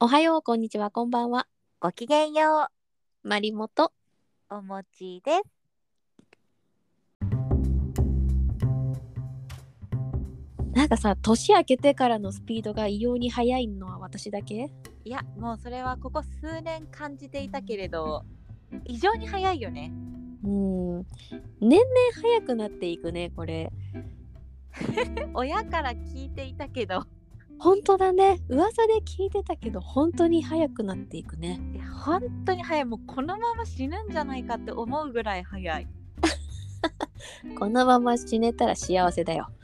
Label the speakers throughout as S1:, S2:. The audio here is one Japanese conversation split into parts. S1: おはよう、こんにちは、こんばんは。
S2: ごきげんよ
S1: まりもと。
S2: う、おもちです。
S1: なんかさ、年明けてからのスピードが異様に速いのは私だけ
S2: いや、もうそれはここ数年感じていたけれど、異常に早いよね。
S1: うん。年々早くなっていくね、これ。
S2: 親から聞いていたけど、
S1: 本当だね。噂で聞いてたけど、本当に早くなっていくね。
S2: いや本当に早い。もうこのまま死ぬんじゃないかって思うぐらい早い。
S1: このまま死ねたら幸せだよ。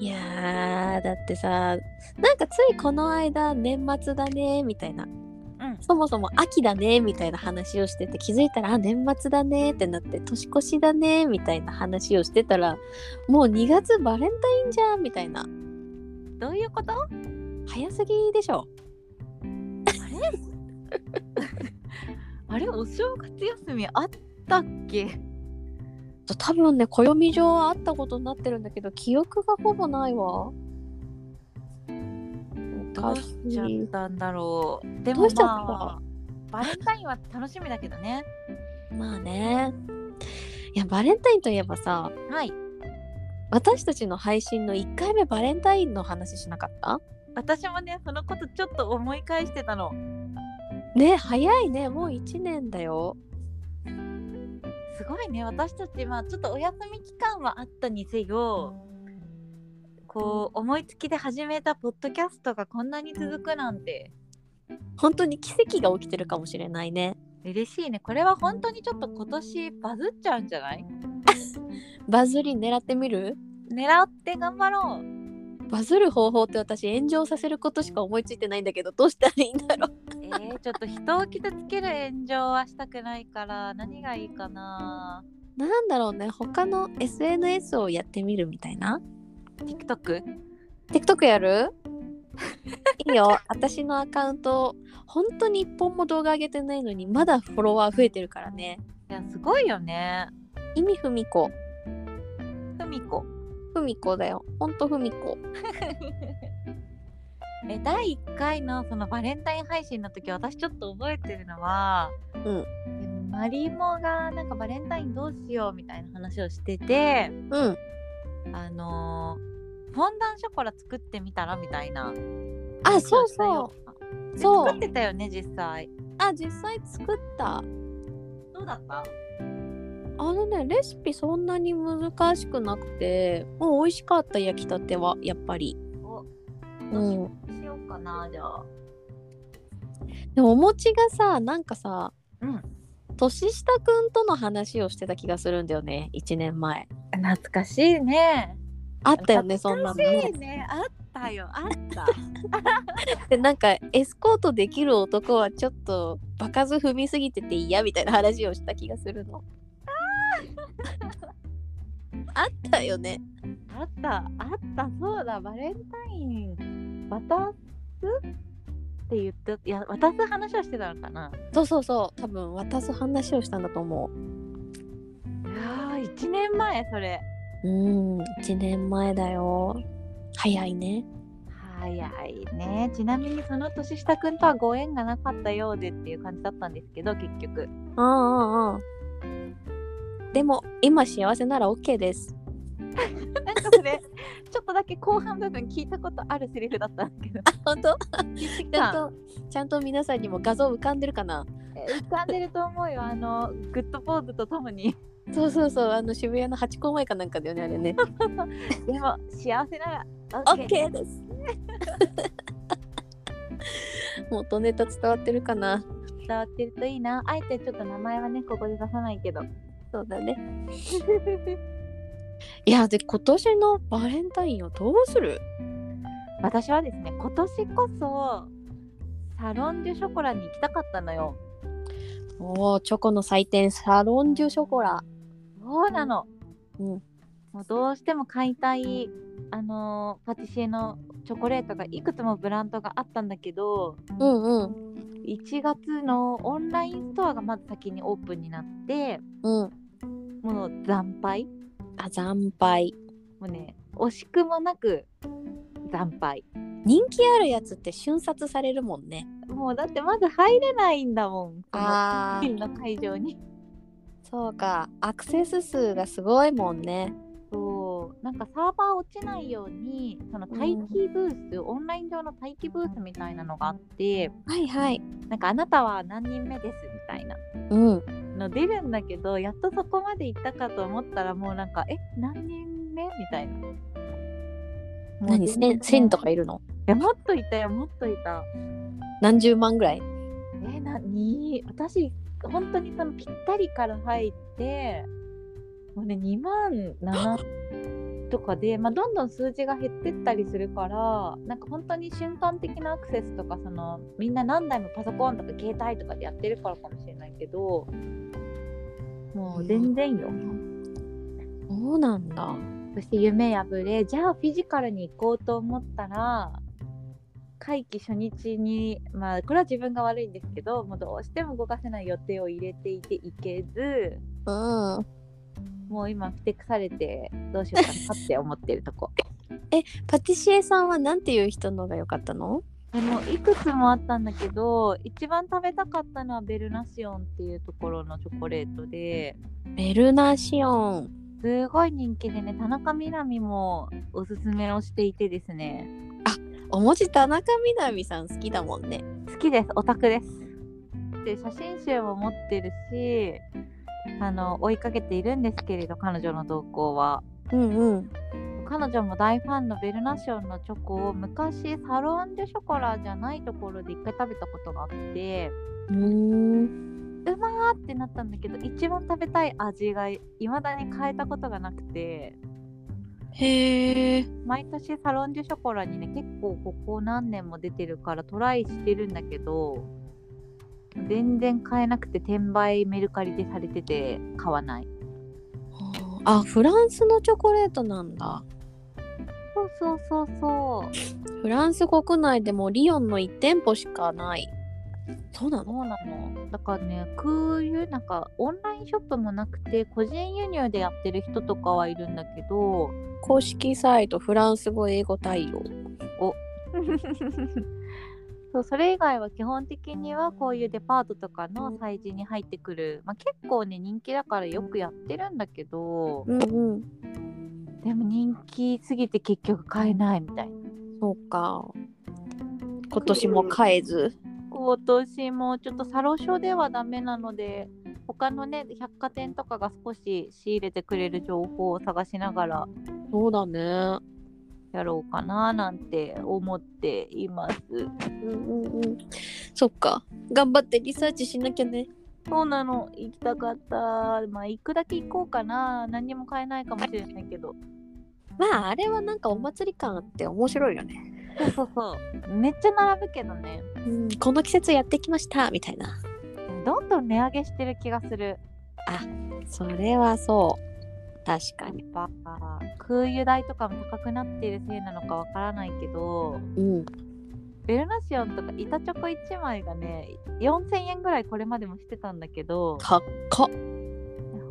S1: いやー、だってさ、なんかついこの間、年末だね、みたいな。
S2: うん。
S1: そもそも秋だねみたいな話をしてて気づいたらあ年末だねってなって年越しだねみたいな話をしてたらもう2月バレンタインじゃんみたいな
S2: どういうことあ
S1: 早すぎでしょ
S2: れあれお正月休みあったっけ
S1: 多分ね暦上はあったことになってるんだけど記憶がほぼないわお
S2: ど
S1: か
S2: う
S1: し
S2: しちゃっ
S1: い
S2: たんだろう。で
S1: ど
S2: も
S1: うしちゃった
S2: まあ、バレンタインは楽しみだけどね。
S1: まあねいやバレンタインといえばさ
S2: はい。
S1: 私たちの配信の1回目バレンタインの話しなかった
S2: 私もね、そのことちょっと思い返してたの。
S1: ね早いねもう1年だよ
S2: すごいね私たちまあちょっとお休み期間はあったにせよこう思いつきで始めたポッドキャストがこんなに続くなんて
S1: 本当に奇跡が起きてるかもしれないね
S2: 嬉しいねこれは本当にちょっと今年バズっちゃうんじゃない
S1: バズり狙ってみる
S2: 狙って頑張ろう
S1: バズる方法って私炎上させることしか思いついてないんだけどどうしたらいいんだろう
S2: えー、ちょっと人を傷つける炎上はしたくないから何がいいかな
S1: なんだろうね他の SNS をやってみるみたいな
S2: TikTok?
S1: TikTok やるいいよ私のアカウント本当に1本も動画上げてないのにまだフォロワー増えてるからね
S2: いやすごいよね
S1: 意味ふみこ
S2: ふみこ
S1: ふみこだよほんとふみこ
S2: え第1回のそのバレンタイン配信の時私ちょっと覚えてるのは、
S1: うん
S2: ん、マリモがなんかバレンタインどうしようみたいな話をしてて
S1: うん
S2: あのーフォンダンショコラ作ってみたらみたいな
S1: あそうそう
S2: う
S1: そう
S2: 作ってたよね実際
S1: あ実際作った
S2: どうだった
S1: あのねレシピそんなに難しくなくてもう美味しかった焼きたてはやっぱり
S2: お
S1: うん
S2: しようかなじゃあ
S1: でもお餅がさなんかさ
S2: うん
S1: 年下くんとの話をしてた気がするんだよね1年前
S2: 懐かしいね
S1: あったよねそんなの
S2: 懐かし
S1: ね
S2: いねあったよあった
S1: でなんかエスコートできる男はちょっと場数踏みすぎてて嫌みたいな話をした気がする のあったよね
S2: あったあったそうだバレンタイン渡すって言っていや渡す話をしてたのかな
S1: そうそうそう多分渡す話をしたんだと思う
S2: あ1年前それ
S1: うん、1年前だよ。早いね。
S2: 早いねちなみにその年下くんとはご縁がなかったようでっていう感じだったんですけど結局
S1: うんうんうん。でも、今幸せなら OK です。
S2: なんかそれ ちょっとだけ後半部分聞いたことあるセリフだったんだけど
S1: 本当ちゃん
S2: あ
S1: と、ちゃんと皆さんにも画像浮かんでるかな
S2: え浮かんでると思うよあのグッドポーズとともに
S1: そうそうそう、あの渋谷のハチ公前かなんかだよね、あれね。
S2: でも幸せなら OK,
S1: OK です。 元ネタ伝わってるかな
S2: 伝わってるといいなあえてちょっと名前はねここで出さないけど
S1: そうだ ね。いや、で、今年のバレンタインをどうする
S2: 私はですね今年こそサロン・デュ・ショコラに行きたかったのよ
S1: おお、チョコの祭典、サロンデュショコラ。
S2: そうなの、
S1: うん
S2: もうどうしても買いたいあのーパティシエのチョコレートがいくつもブランドがあったんだけど
S1: うんうん。
S2: 1月のオンラインストアがまず先にオープンになって
S1: うん。
S2: もう惨敗
S1: あ、惨敗。
S2: もうね惜しくもなく惨敗
S1: 人気あるやつって瞬殺されるもんね
S2: もうだってまず入れないんだもんその
S1: あ
S2: ピンの会場に
S1: そうかアクセス数がすごいもんね
S2: そうなんかサーバー落ちないようにその待機ブース、オンライン上の待機ブースみたいなのがあって
S1: はいはい
S2: なんかあなたは何人目ですみたいな
S1: うん
S2: の出るんだけどやっとそこまで行ったかと思ったらもうなんかえ何人目みたいな。
S1: 何
S2: もう全
S1: 千
S2: 然
S1: 千とかいるの
S2: えもっといたよもっといた。
S1: 何十万ぐらい
S2: えなに私本当にそのぴったりから入ってもうね2万7とかで、まあ、どんどん数字が減ってったりするからなんか本当に瞬間的なアクセスとかそのみんな何台もパソコンとか携帯とかでやってるからかもしれないけどもう全然よ。
S1: そうなんだ
S2: そして夢破れじゃあフィジカルに行こうと思ったら会期初日にまあこれは自分が悪いんですけどもうどうしても動かせない予定を入れていていけず
S1: うん
S2: もう今ふてくされてどうしようかなって思ってるとこ
S1: パティシエさんはなんていう人のが良かったの
S2: あのいくつもあったんだけど一番食べたかったのはベルナシオンっていうところのチョコレートで
S1: ベルナシオン
S2: すごい人気でね田中みな実もおすすめをしていてですね
S1: おもち田中みな実さん好きだもんね
S2: 好きですオタクですで写真集も持ってるしあの追いかけているんですけれど彼女の動向は
S1: うんうん
S2: 彼女も大ファンのベルナションのチョコを昔サロン・デュ・ショコラじゃないところで一回食べたことがあって
S1: うん
S2: あーってなったんだけど一番食べたい味がいまだに変えたことがなくて
S1: へえ
S2: 毎年サロン・デュ・ショコラにね結構ここ何年も出てるからトライしてるんだけど全然買えなくて転売メルカリでされてて買わない
S1: あフランスのチョコレートなんだ
S2: そうそうそうそう
S1: フランス国内でもリヨンの1店舗しかないそうなの
S2: そうなのだからね空輸なんかオンラインショップもなくて個人輸入でやってる人とかはいるんだけど
S1: 公式サイトフランス語英語対応
S2: そうそれ以外は基本的にはこういうデパートとかの催事に入ってくる、まあ、結構ね人気だからよくやってるんだけど
S1: うんうん
S2: でも人気すぎて結局買えないみたいな
S1: そうか今年も買えず
S2: 今年もちょっとサロショではダメなので他のね百貨店とかが少し仕入れてくれる情報を探しながら
S1: そうだね
S2: やろうかななんて思っています
S1: うんうんうんそっか頑張ってリサーチしなきゃね
S2: そうなの行きたかったまあ行くだけ行こうかな何も買えないかもしれないけど
S1: まああれはなんかお祭り感あって面白いよね、
S2: そうそうそう。めっちゃ並ぶけどね。
S1: うん、この季節やってきましたみたいな
S2: どんどん値上げしてる気がする。
S1: それはそう確か
S2: やっ
S1: に
S2: ぱ空輸代とかも高くなっているせいなのかわからないけど、
S1: うん
S2: ベルナシオンとか板チョコ1枚がね、4000円ぐらいこれまでもしてたんだけど、
S1: かっこ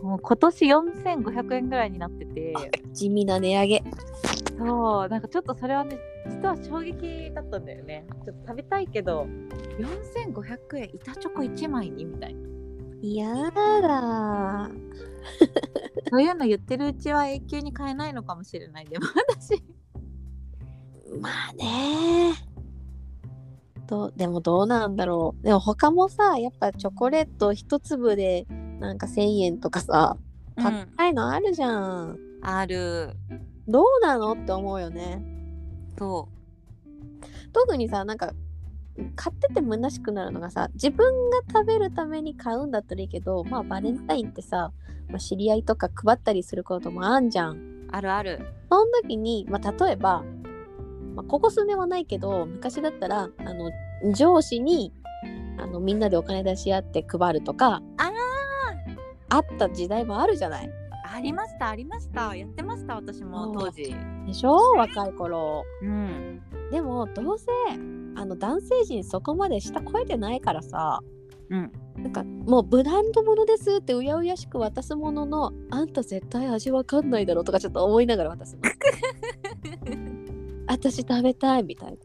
S2: もう今年4500円ぐらいになってて、
S1: 地味な値上げ
S2: そう、なんかちょっとそれはね、実は衝撃だったんだよね。ちょっと食べたいけど、4500円板チョコ1枚にみたいな。
S1: やだー
S2: そういうの言ってるうちは永久に買えないのかもしれないでも私
S1: まあねとでもどうなんだろうでも他もさやっぱチョコレート一粒でなんか1,000円とかさ高いのあるじゃん、
S2: ある
S1: どうなのって思うよね
S2: そ
S1: 特にさなんか買ってて虚しくなるのがさ自分が食べるために買うんだったらいいけどまあバレンタインってさ、まあ、知り合いとか配ったりすることもあんじゃん
S2: うあるある
S1: その時に、まあ、例えば、まあ、ここ数年はないけど昔だったらあの上司にあのみんなでお金出し合って配るとか
S2: あ
S1: あった時代もあるじゃない
S2: ありましたありましたやってました私も
S1: うん
S2: 当時
S1: でしょ若い頃
S2: うん
S1: でもどうせあの男性陣そこまで下超えてないからさ
S2: うん
S1: なんかもうブランド物ですってうやうやしく渡すもののあんた絶対味わかん ないだろうとかちょっと思いながら渡すの私食べたいみたい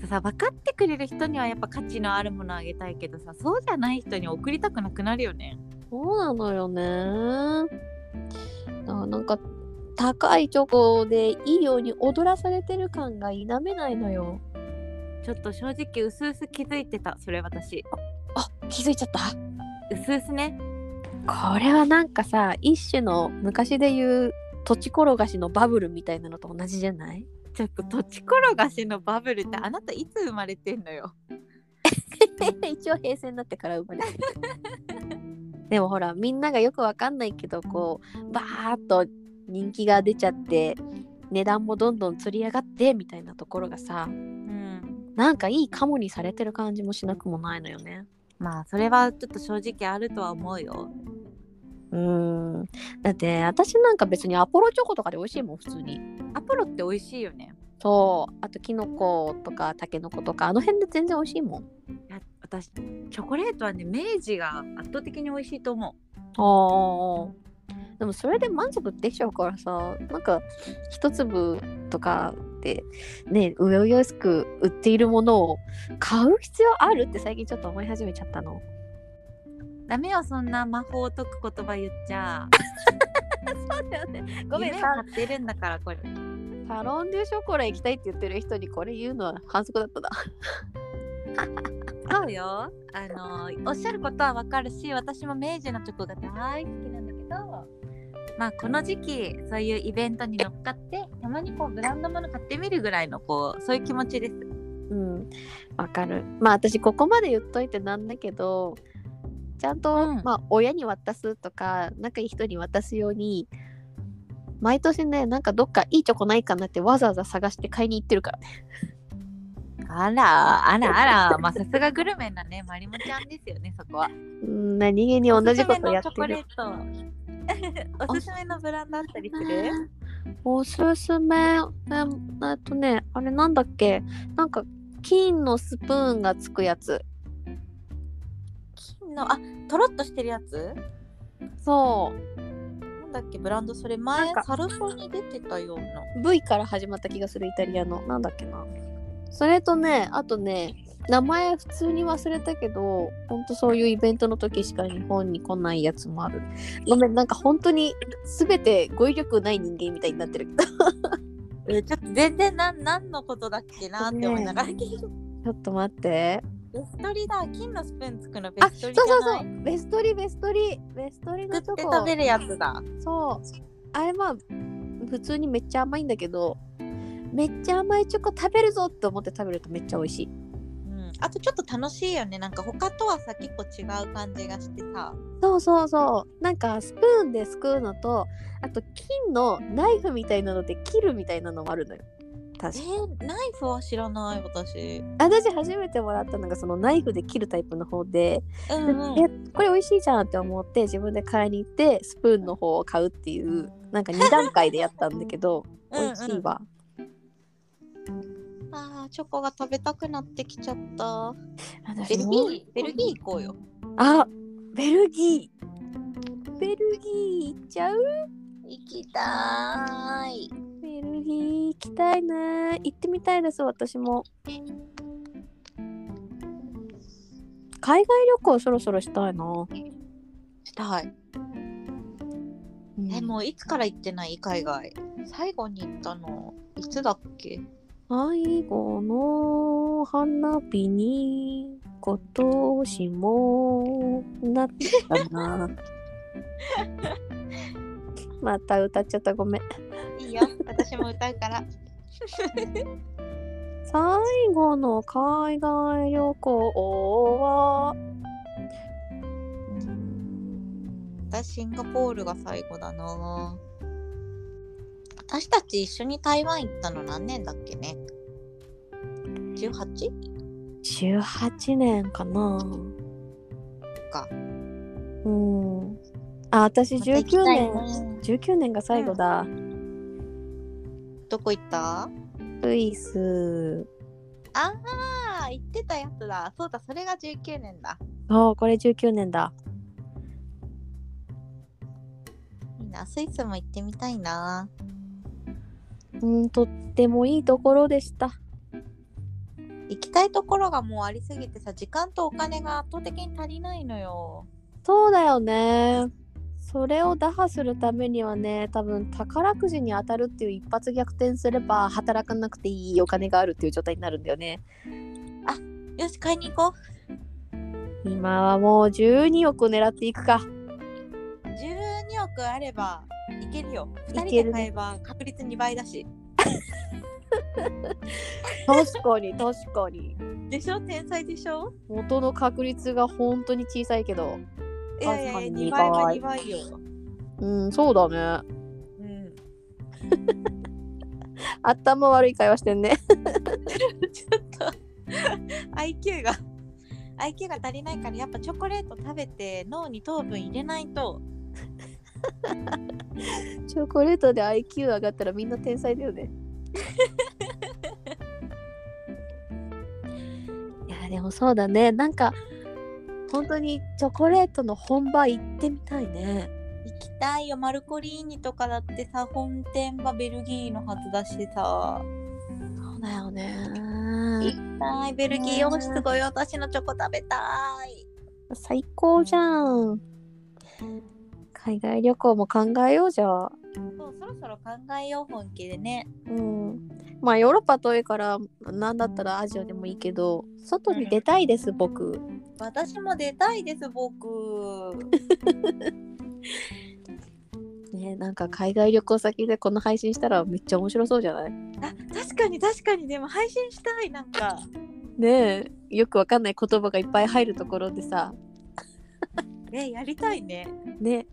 S1: な
S2: さ分かってくれる人にはやっぱ価値のあるものあげたいけどさそうじゃない人に送りたくなくなるよね
S1: そうなのよねななんか高いチョコでいいように踊らされてる感が否めないのよ
S2: ちょっと正直うすうす気づいてたそれ私
S1: あ気づいちゃった
S2: うすうすね
S1: これはなんかさ一種の昔で言う土地転がしのバブルみたいなのと同じじゃない
S2: ちょっと土地転がしのバブルってあなたいつ生まれてんのよ
S1: 一応平成になってから生まれてるでもほらみんながよくわかんないけどこうバーッと人気が出ちゃって値段もどんどんつり上がってみたいなところがさ
S2: うん
S1: なんかいいカモにされてる感じもしなくもないのよね。
S2: まあそれはちょっと正直あるとは思うよ
S1: うーんだって私なんか別にアポロチョコとかで美味しいもん普通に。
S2: アポロって美味しいよね
S1: そうあとキノコとかタケノコとかあの辺で全然美味しいもん。
S2: いや私チョコレートはね明治が圧倒的に美味しいと思
S1: ああでもそれで満足できちゃうからさなんか一粒とかでねうようよしく売っているものを買う必要あるって最近ちょっと思い始めちゃったの
S2: うダメよそんな魔法を解く言葉言っちゃ
S1: そうだよねご
S2: ご
S1: め
S2: め
S1: ん
S2: ん
S1: サ
S2: 買ってるんだからこれ
S1: サロン・デュ・ショコラ行きたいって言ってる人にこれ言うのは反則だったな
S2: そうよあのおっしゃることはわかるし私も明治のチョコが大好きなんだけどまあこの時期そういうイベントに乗っかってたまにこうブランドもの買ってみるぐらいのこうそういう気持ちです
S1: うんわかるまあ私ここまで言っといてなんだけどちゃんと、
S2: うん
S1: まあ親に渡すとか仲いい人に渡すように毎年ねなんかどっかいいチョコないかなってわざわざ探して買いに行ってるからね
S2: あらあらあらまあさすがグルメなねまりもちゃんですよねそこは
S1: うん何気に同じことやってる
S2: おすすめのチョコレートおすすめのブランドあったりする
S1: おすすめええっとねあれなんだっけなんか金のスプーンがつくやつ
S2: 金のあとろっとしてるやつ
S1: そ
S2: なんだっけブランドそれ
S1: なん
S2: 前
S1: か
S2: サルフォに出てたような
S1: う V から始まった気がするイタリアのなんだっけなそれとねあとね名前普通に忘れたけどほんとそういうイベントの時しか日本に来ないやつもあるごめんなんか本当に全て語彙力ない人間みたいになってる けどち
S2: えーちょっと全然なん何のことだっけなって思いながら、
S1: ょっと待って
S2: ベストリだ金のスプーンつくのベ
S1: あ
S2: ス
S1: そ
S2: ト
S1: う
S2: リじゃ
S1: そ
S2: な
S1: う
S2: い
S1: そうベストリベストリベストリのチ
S2: 作
S1: ョ
S2: って
S1: コ
S2: 食べるやつだ
S1: そうあれまあ普通にめっちゃ甘いんだけどめっちゃ甘いチョコ食べるぞって思って食べるとめっちゃ美味しい
S2: うんあとちょっと楽しいよねなんか他とはさ結構違う感じがしてさ
S1: そうそうそうなんかスプーンですくうのとあと金のナイフみたいなので切るみたいなのもあるのよ
S2: え
S1: 確か
S2: ー、ナイフは知らない私
S1: 私初めてもらったのがそのナイフで切るタイプの方で、
S2: うんうん
S1: えこれ美味しいじゃんって思って自分で買いに行ってスプーンの方を買うっていうなんか2段階でやったんだけど美
S2: うんうん
S1: 味しいわ、
S2: あーチョコが食べたくなってきちゃったベ
S1: 私
S2: ルギ
S1: も
S2: ーベルギー行こうよ
S1: あベルギーベルギー行っちゃう
S2: 行きたーい
S1: ベルギー行きたいな行ってみたいです私も海外旅行そろそろしたいな、
S2: したいえもういつから行ってない海外最後に行ったのいつだっけ
S1: 最後の花火に今年もなったな また歌っちゃったごめん
S2: いいよ私も歌うから
S1: 最後の海外旅行は
S2: 私シンガポールが最後だな私たち一緒に台湾行ったの何年だっけね 18?
S1: 18年かな
S2: か
S1: うんあ私
S2: また行き
S1: 19
S2: たい
S1: 年、
S2: ね
S1: 19年が最後だ、
S2: どこ行った
S1: スイス
S2: ああ行ってたやつだそうだそれが19年だ
S1: そうこれ19年だ
S2: いいなスイスも行ってみたいな
S1: うんとってもいいところでした
S2: 行きたいところがもうありすぎてさ時間とお金が圧倒的に足りないのよ
S1: そうだよね。それを打破するためにはね、多分宝くじに当たるっていう一発逆転すれば働かなくていいお金があるっていう状態になるんだよね。
S2: よし買いに行こ
S1: 今はもう12億狙っていくか。
S2: う12億あればいけるよ2
S1: いける
S2: 人で
S1: ね
S2: 買えば確率2倍だし
S1: 確かに確かに。
S2: でしょ天才でしょ
S1: 元の確率が本当に小さいけど。
S2: いやいやいや2
S1: 確か
S2: 倍
S1: に
S2: は
S1: 2
S2: 2倍よ、
S1: うん、そうだね。
S2: うん、
S1: 頭悪い会話してんね。
S2: ちょっと IQ が IQ が足りないからやっぱチョコレート食べて脳に糖分入れないと
S1: チョコレートで IQ 上がったらみんな天才だよね。 いやでもそうだねなんか本当にチョコレートの本場行ってみたいね。
S2: 行きたいよマルコリーニとかだってさ本店はベルギーのはずだしさ
S1: そうだよね。
S2: 行きたいベルギー王室御用達のチョコ食べたい
S1: 最高じゃん。海外旅行も考えようじゃあ。
S2: そうそろそろ考えよう本気でね
S1: うん。まあヨーロッパ遠いからなんだったらアジアでもいいけど外に出たいです僕。
S2: 私も出たいです僕
S1: ねなんか海外旅行先でこの配信したらめっちゃ面白そうじゃない
S2: あ確かに確かにでも配信したいなんか
S1: ねえよくわかんない言葉がいっぱい入るところでさ
S2: えやりたいね
S1: ね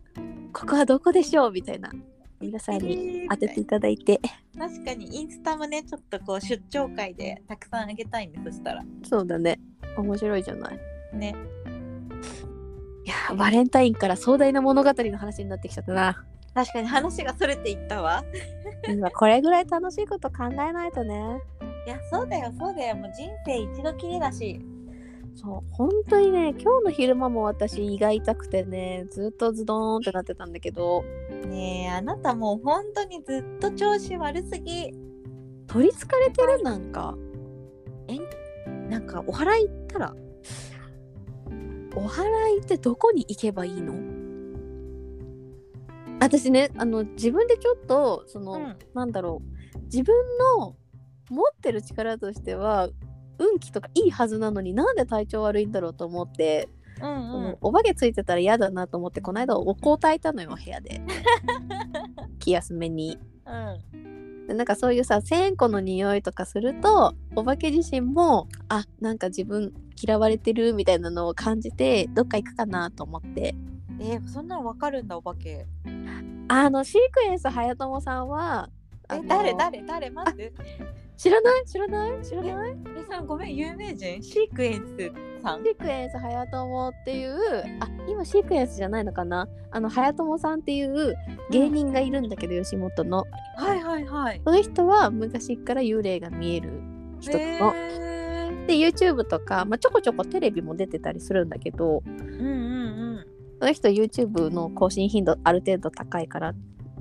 S1: ここはどこでしょうみたいな皆さんに当てていただいて
S2: 確かにインスタもねちょっとこう出張会でたくさんあげたいねそしたら
S1: そうだね面白いじゃない
S2: ね
S1: いやーバレンタインから壮大な物語の話になってきちゃったな
S2: 確かに話がそれていったわ
S1: 今これぐらい楽しいこと考えないとね
S2: いやそうだよそうだよもう人生一度きりだし
S1: そう本当にね今日の昼間も私胃が痛くてねずっとズドーンってなってたんだけど
S2: ねえあなたもう本当にずっと調子悪すぎ
S1: 取りつかれてるなんか
S2: なんかお祓い行ったら
S1: お祓いってどこに行けばいいの私ねあの自分でちょっとその、
S2: うん
S1: なんだろう自分の持ってる力としては運気とかいいはずなのになんで体調悪いんだろうと思って、
S2: うん
S1: そのお化けついてたら嫌だなと思ってこの間お香焚いたのよ部屋 で気休めに
S2: うん
S1: でなんかそういうさ線香の匂いとかするとお化け自身もあなんか自分嫌われてるみたいなのを感じてどっか行くかなと思って
S2: えーそんなのわかるんだお化け
S1: あのシークエンス早友さんはあ
S2: え
S1: の
S2: 誰誰誰待って
S1: 知らない知らない知らない
S2: えそのごめん有名人シークエンスさん
S1: シークエンス早友っていうあ今シークエンスじゃないのかなあの早友さんっていう芸人がいるんだけど、吉本の
S2: はいはいはい
S1: その人は昔から幽霊が見える人なの、
S2: え
S1: で YouTube とか、まあ、ちょこちょこテレビも出てたりするんだけど、
S2: うんうんうん
S1: その人 YouTube の更新頻度ある程度高いから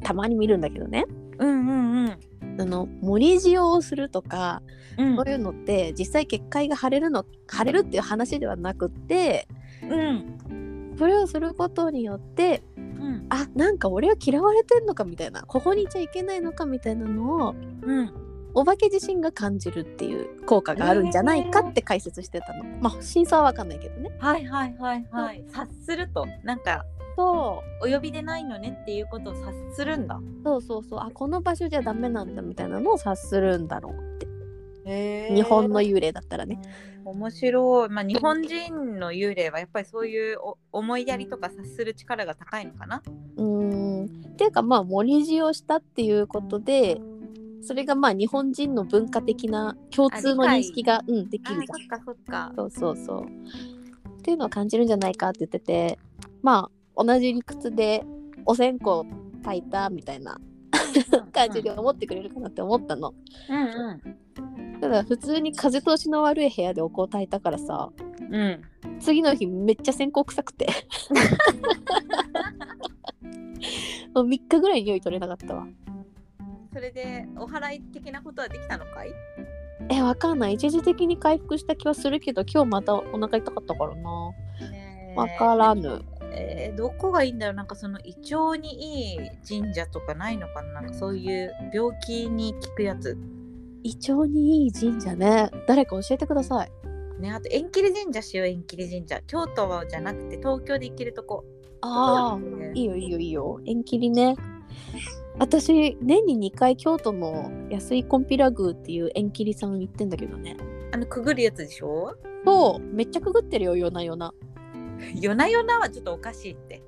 S1: たまに見るんだけどね
S2: うんうんうん
S1: あの森塩をするとか
S2: うん
S1: そういうのって実際結界が腫れるの腫れるっていう話ではなくって
S2: うん
S1: それをすることによって
S2: うん
S1: あなんか俺は嫌われてんのかみたいなここにいちゃいけないのかみたいなのを
S2: うん
S1: お化け自身が感じるっていう効果があるんじゃないかって解説してたの、まあ真相は分かんないけどね
S2: はいはいはいはい察するとなんか
S1: そう
S2: お呼びでないのねっていうことを察するんだ
S1: そうそうそうあこの場所じゃダメなんだみたいなのを察するんだろうって
S2: へ
S1: 日本の幽霊だったらね
S2: 面白い、まあ、日本人の幽霊はやっぱりそういうお思いやりとか察する力が高いのかな
S1: うーんっていうかまあ盛り字をしたっていうことでそれがまあ日本人の文化的な共通の認識が、うん、できるじゃん。
S2: っかそっか
S1: そうそうそう。っていうのを感じるんじゃないかって言っててまあ同じ理屈でお線香炊いたみたいな感じで思ってくれるかなって思ったの。
S2: うんうん
S1: ただ普通に風通しの悪い部屋でお香炊いたからさ
S2: うん
S1: 次の日めっちゃ線香臭くてもう3日ぐらい匂い取れなかったわ。
S2: それでお祓い的なことはできたのかい
S1: えわかんない一時的に回復した気はするけど今日またお腹痛かったからな
S2: ねえ
S1: わからぬ、
S2: えーどこがいいんだろうなんかその胃腸にいい神社とかないのかななんかそういう病気に効くやつ
S1: 胃腸にいい神社ね誰か教えてください
S2: ねあと縁切り神社しよう縁切り神社京都じゃなくて東京で行けるとこ
S1: ああ
S2: ね
S1: いいよいいよいいよ縁切りね私年に2回京都の安井コンピラ宮っていう縁切りさん行ってんだけどね
S2: あのくぐるやつでしょ
S1: そうめっちゃくぐってるよ夜な夜な
S2: 夜な夜なはちょっとおかしいって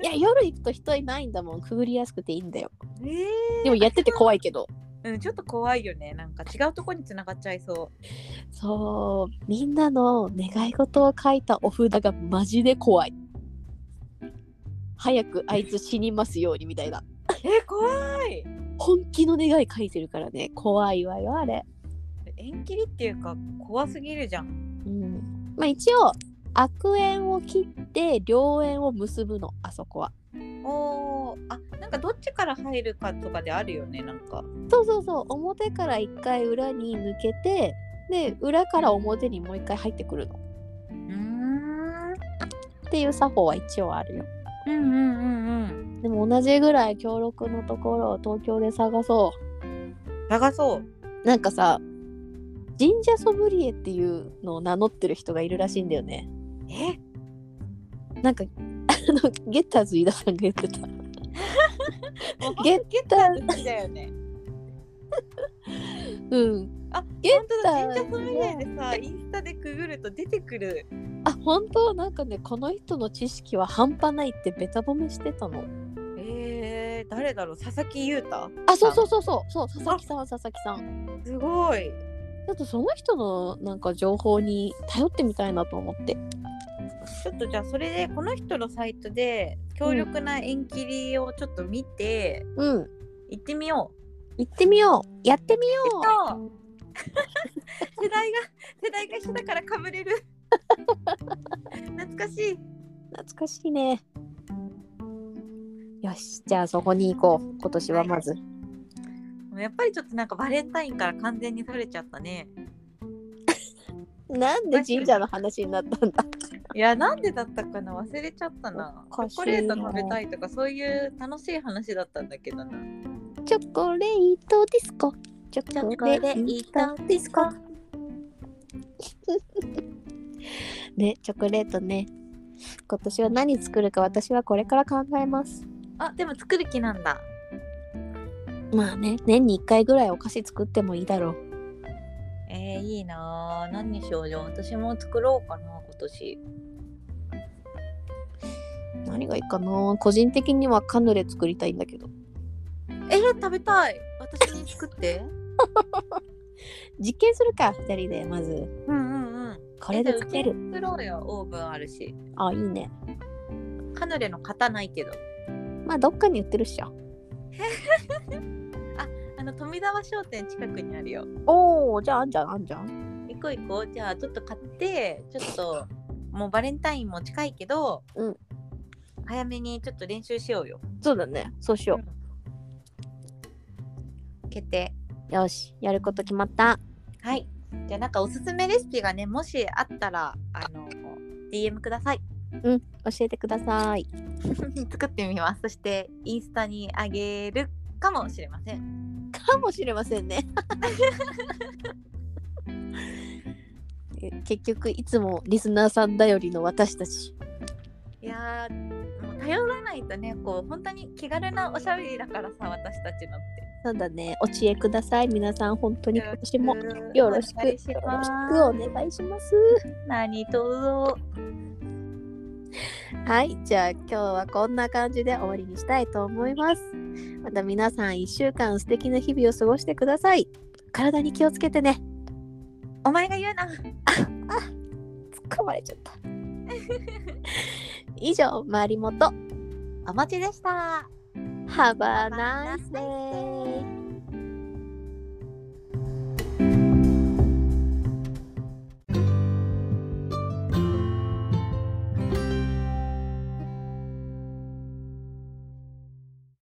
S1: いや夜行くと人いないんだもんくぐりやすくていいんだよ
S2: え
S1: でもやってて怖いけど
S2: うん、ちょっと怖いよねなんか違うとこに繋がっちゃいそ
S1: そうみんなの願い事を書いたお札がマジで怖い早くあいつ死にますようにみたいな
S2: うえ怖い
S1: 本気の願い書いてるからね怖いわよあれ
S2: 縁切りっていうか怖すぎるじゃん
S1: うんまあ一応悪縁を切って良縁を結ぶのあそこは
S2: おーあなんかどっちから入るかとかであるよねなんか
S1: そうそうそう表から一回裏に抜けてで裏から表にもう一回入ってくるの
S2: うーん
S1: っていう作法は一応あるよ
S2: うんうんうんうん
S1: でも同じぐらい強力のところを東京で探そ
S2: 探そう
S1: うなんかさ神社ソムリエっていうのを名乗ってる人がいるらしいんだよね
S2: え
S1: なんかあのゲッターズ飯田さんが言ってた
S2: ゲ
S1: ゲ
S2: ッ
S1: ッ
S2: ター好きだよね
S1: うん
S2: あ
S1: ゲッ
S2: 本当
S1: タ
S2: だ神社
S1: ー
S2: ソムリエでさインスタでくぐると出てくる
S1: あ本当なんかねこの人の知識は半端ないってベタ褒めしてたの
S2: えー、誰だろう佐々木優太
S1: あそうそうそうそうそう佐々木さん佐々木さん
S2: すごい
S1: ちょっとその人のなんか情報に頼ってみたいなと思って
S2: ちょっとじゃあそれでこの人のサイトで強力な縁切りをちょっと見て
S1: うん
S2: 行ってみよ
S1: 行ってみようやってみよ
S2: う。
S1: う
S2: と世代が世代が一緒だからかぶれる。懐かしい。
S1: 懐かしいねよしじゃあそこに行こう今年はまず、
S2: やっぱりちょっとなんかバレンタインから完全に取れちゃったね。
S1: なんで神社の話になったんだ
S2: いやなんでだったかな忘れちゃったな。チ
S1: おかし
S2: ョ
S1: い
S2: コレート食べたいとかそういう楽しい話だったんだけどな。
S1: チョコレートディスコチョコレート
S2: ディスコ。
S1: ねチョコレートね今年は何作るか私はこれから考えます
S2: あでも作る気なんだ。
S1: まあね年に1回ぐらいお菓子作ってもいいだろう
S2: えー、いいなー何にしようじゃあ私も作ろうかな今年
S1: 何がいいかな個人的にはカヌレ作りたいんだけど
S2: えー、食べたい私に作って
S1: 実験するか2人でまず
S2: うんうんうん
S1: これで作れる
S2: 作ろうよオーブンあるし
S1: あいいね
S2: カヌレの型ないけど
S1: まあどっかに売ってるっしょ
S2: あの富澤商店近くにあるよ
S1: おおじゃああんじゃんあんじゃん
S2: 行こう行こうじゃあちょっと買ってちょっともうバレンタインも近いけど、
S1: うん
S2: 早めにちょっと練習しようよ
S1: そうだねそうしよ
S2: 決定
S1: うよしやること決まった
S2: はいじゃあなんかおすすめレシピがねもしあったらあの DM ください
S1: 教えてください
S2: 作ってみますそしてインスタにあげるかもしれません
S1: かもしれませんねえ結局いつもリスナーさん頼りの私たち
S2: いやーもう頼らないとねこう本当に気軽なおしゃべりだからさ私たちのって
S1: そうだねお知恵ください皆さん本当に今年もよろしく
S2: お願いし
S1: よろ
S2: ま
S1: し
S2: す
S1: くお願いします
S2: 何とぞ
S1: はい、じゃあ今日はこんな感じで終わりにしたいと思います。また皆さん1週間素敵な日々を過ごしてください。体に気をつけてね。
S2: お前が言うな
S1: 突っ込まれちゃった。以上、まりもと、
S2: お待ちでした
S1: Have a nice day!